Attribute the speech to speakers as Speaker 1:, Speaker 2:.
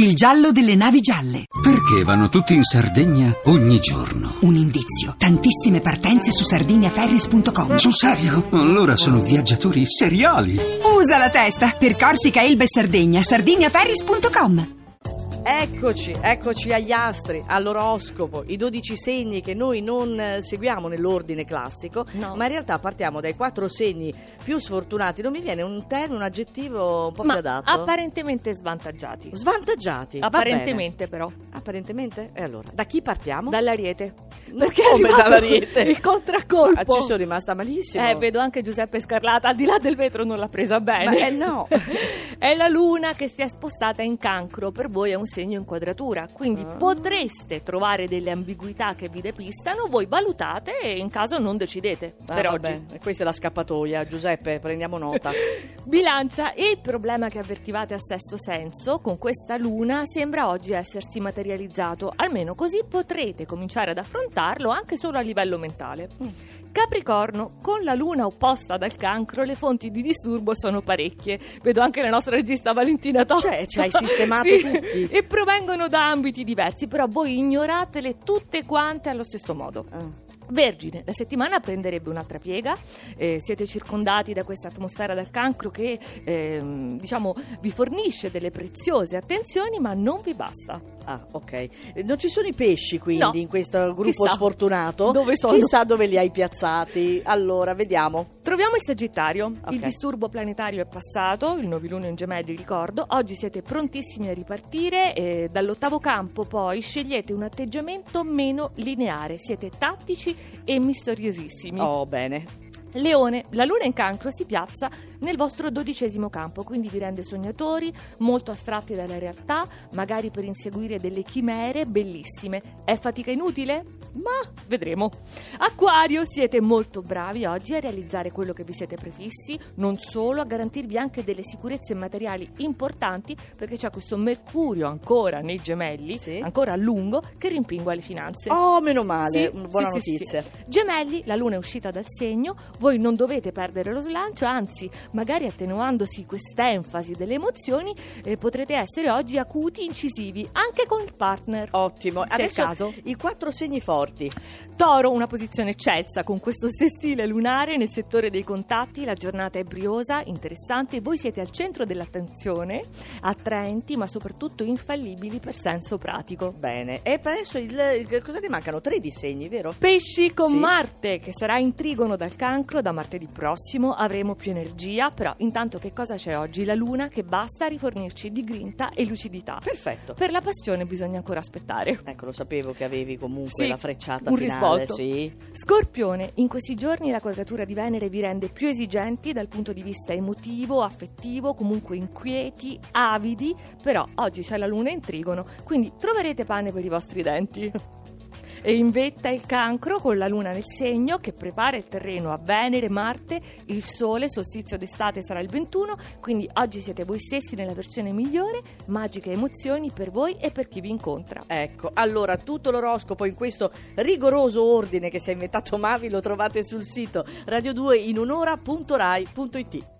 Speaker 1: Il giallo delle navi gialle.
Speaker 2: Perché vanno tutti in Sardegna ogni giorno?
Speaker 1: Un indizio. Tantissime partenze su sardiniaferris.com.
Speaker 2: Sul serio? Allora sono viaggiatori seriali.
Speaker 1: Usa la testa per Corsica, Elba e Sardegna. sardiniaferris.com.
Speaker 3: Eccoci, eccoci agli astri, all'oroscopo, i 12 segni che noi non eh, seguiamo nell'ordine classico,
Speaker 4: No.
Speaker 3: ma in realtà partiamo dai quattro segni più sfortunati. Non mi viene un termine, un aggettivo un po'
Speaker 4: Ma
Speaker 3: più adatto.
Speaker 4: apparentemente svantaggiati.
Speaker 3: Svantaggiati. va
Speaker 4: apparentemente però.
Speaker 3: bene. Apparentemente? E allora, da chi partiamo?
Speaker 4: Dall'ariete.
Speaker 3: Non
Speaker 4: Perché è
Speaker 3: come
Speaker 4: arrivato
Speaker 3: dall'Ariete.
Speaker 4: Il contraccolpo.
Speaker 3: Ah, ci sono rimasta malissimo.
Speaker 4: Eh, vedo anche Giuseppe Scarlata, al di là del vetro non l'ha presa bene.
Speaker 3: Ma, eh, no.
Speaker 4: è la luna che si è spostata in cancro, per voi è un segno in quadratura, quindi
Speaker 3: Ah.
Speaker 4: potreste trovare delle ambiguità che vi depistano, voi valutate e in caso non decidete
Speaker 3: Ah,
Speaker 4: per
Speaker 3: vabbè,
Speaker 4: oggi.
Speaker 3: Questa è la scappatoia, Giuseppe, prendiamo nota.
Speaker 4: Bilancia, il problema che avvertivate a sesto senso con questa luna sembra oggi essersi materializzato, almeno così potrete cominciare ad affrontarlo anche solo a livello mentale.
Speaker 3: Mm.
Speaker 4: Capricorno, con la luna opposta dal cancro le fonti di disturbo sono parecchie, vedo anche la nostra regista Valentina Tocca.
Speaker 3: Cioè, ci hai sistemato
Speaker 4: Sì,
Speaker 3: tutti.
Speaker 4: E provengono da ambiti diversi, però voi ignoratele tutte quante allo stesso modo.
Speaker 3: Ah.
Speaker 4: Vergine, la settimana prenderebbe un'altra piega, eh, siete circondati da questa atmosfera del cancro che ehm, diciamo vi fornisce delle preziose attenzioni ma non vi basta.
Speaker 3: Ah, ok. Eh, Non ci sono i pesci quindi
Speaker 4: No.
Speaker 3: in questo gruppo
Speaker 4: Chissà.
Speaker 3: sfortunato?
Speaker 4: Dove sono?
Speaker 3: Chissà dove li hai piazzati. Allora, vediamo.
Speaker 4: Troviamo il Sagittario,
Speaker 3: Ok.
Speaker 4: il disturbo planetario è passato, il novilunio in gemelli ricordo, oggi siete prontissimi a ripartire, eh, dall'ottavo campo poi scegliete un atteggiamento meno lineare, siete tattici e misteriosissimi.
Speaker 3: Oh, bene.
Speaker 4: Leone, la luna in cancro si piazza nel vostro dodicesimo campo, quindi vi rende sognatori, molto astratti dalla realtà, magari per inseguire delle chimere bellissime. È fatica inutile? Ma vedremo. Acquario, siete molto bravi oggi a realizzare quello che vi siete prefissi, non solo, a garantirvi anche delle sicurezze materiali importanti, perché c'è questo mercurio ancora nei gemelli,
Speaker 3: Sì.
Speaker 4: ancora a lungo, che rimpingua le finanze.
Speaker 3: Oh, meno male.
Speaker 4: Sì,
Speaker 3: Mm, Buona
Speaker 4: sì, sì,
Speaker 3: notizia.
Speaker 4: Gemelli, la luna è uscita dal segno, voi non dovete perdere lo slancio, anzi, magari attenuandosi quest'enfasi delle emozioni, eh, potrete essere oggi acuti, incisivi, anche con il partner.
Speaker 3: Ottimo.
Speaker 4: Se è il
Speaker 3: Adesso
Speaker 4: caso.
Speaker 3: i quattro segni forti.
Speaker 4: Toro, una posizione eccelsa con questo sestile lunare nel settore dei contatti, la giornata è briosa, interessante, voi siete al centro dell'attenzione, attraenti ma soprattutto infallibili per senso pratico.
Speaker 3: Bene. E per adesso il, il- cosa ne mancano? Tre di segni, vero?
Speaker 4: Pesci con
Speaker 3: Sì.
Speaker 4: Marte che sarà in trigono dal cancro da martedì prossimo, avremo più energia, però intanto che cosa c'è oggi? La luna che basta a rifornirci di grinta e lucidità.
Speaker 3: Perfetto.
Speaker 4: Per la passione bisogna ancora aspettare.
Speaker 3: Ecco, lo sapevo che avevi comunque
Speaker 4: Sì,
Speaker 3: la frecciata
Speaker 4: un
Speaker 3: finale,
Speaker 4: risvolto.
Speaker 3: sì.
Speaker 4: Scorpione, in questi giorni la quadratura di Venere vi rende più esigenti dal punto di vista emotivo, affettivo, comunque inquieti, avidi, però oggi c'è la luna in trigono, quindi troverete pane per i vostri denti. E in vetta il cancro con la luna nel segno che prepara il terreno a Venere, Marte, il Sole, solstizio d'estate sarà il 21, quindi oggi siete voi stessi nella versione migliore, magiche emozioni per voi e per chi vi incontra.
Speaker 3: Ecco, allora tutto l'oroscopo in questo rigoroso ordine che si è inventato Mavi lo trovate sul sito radio2inunora.rai.it.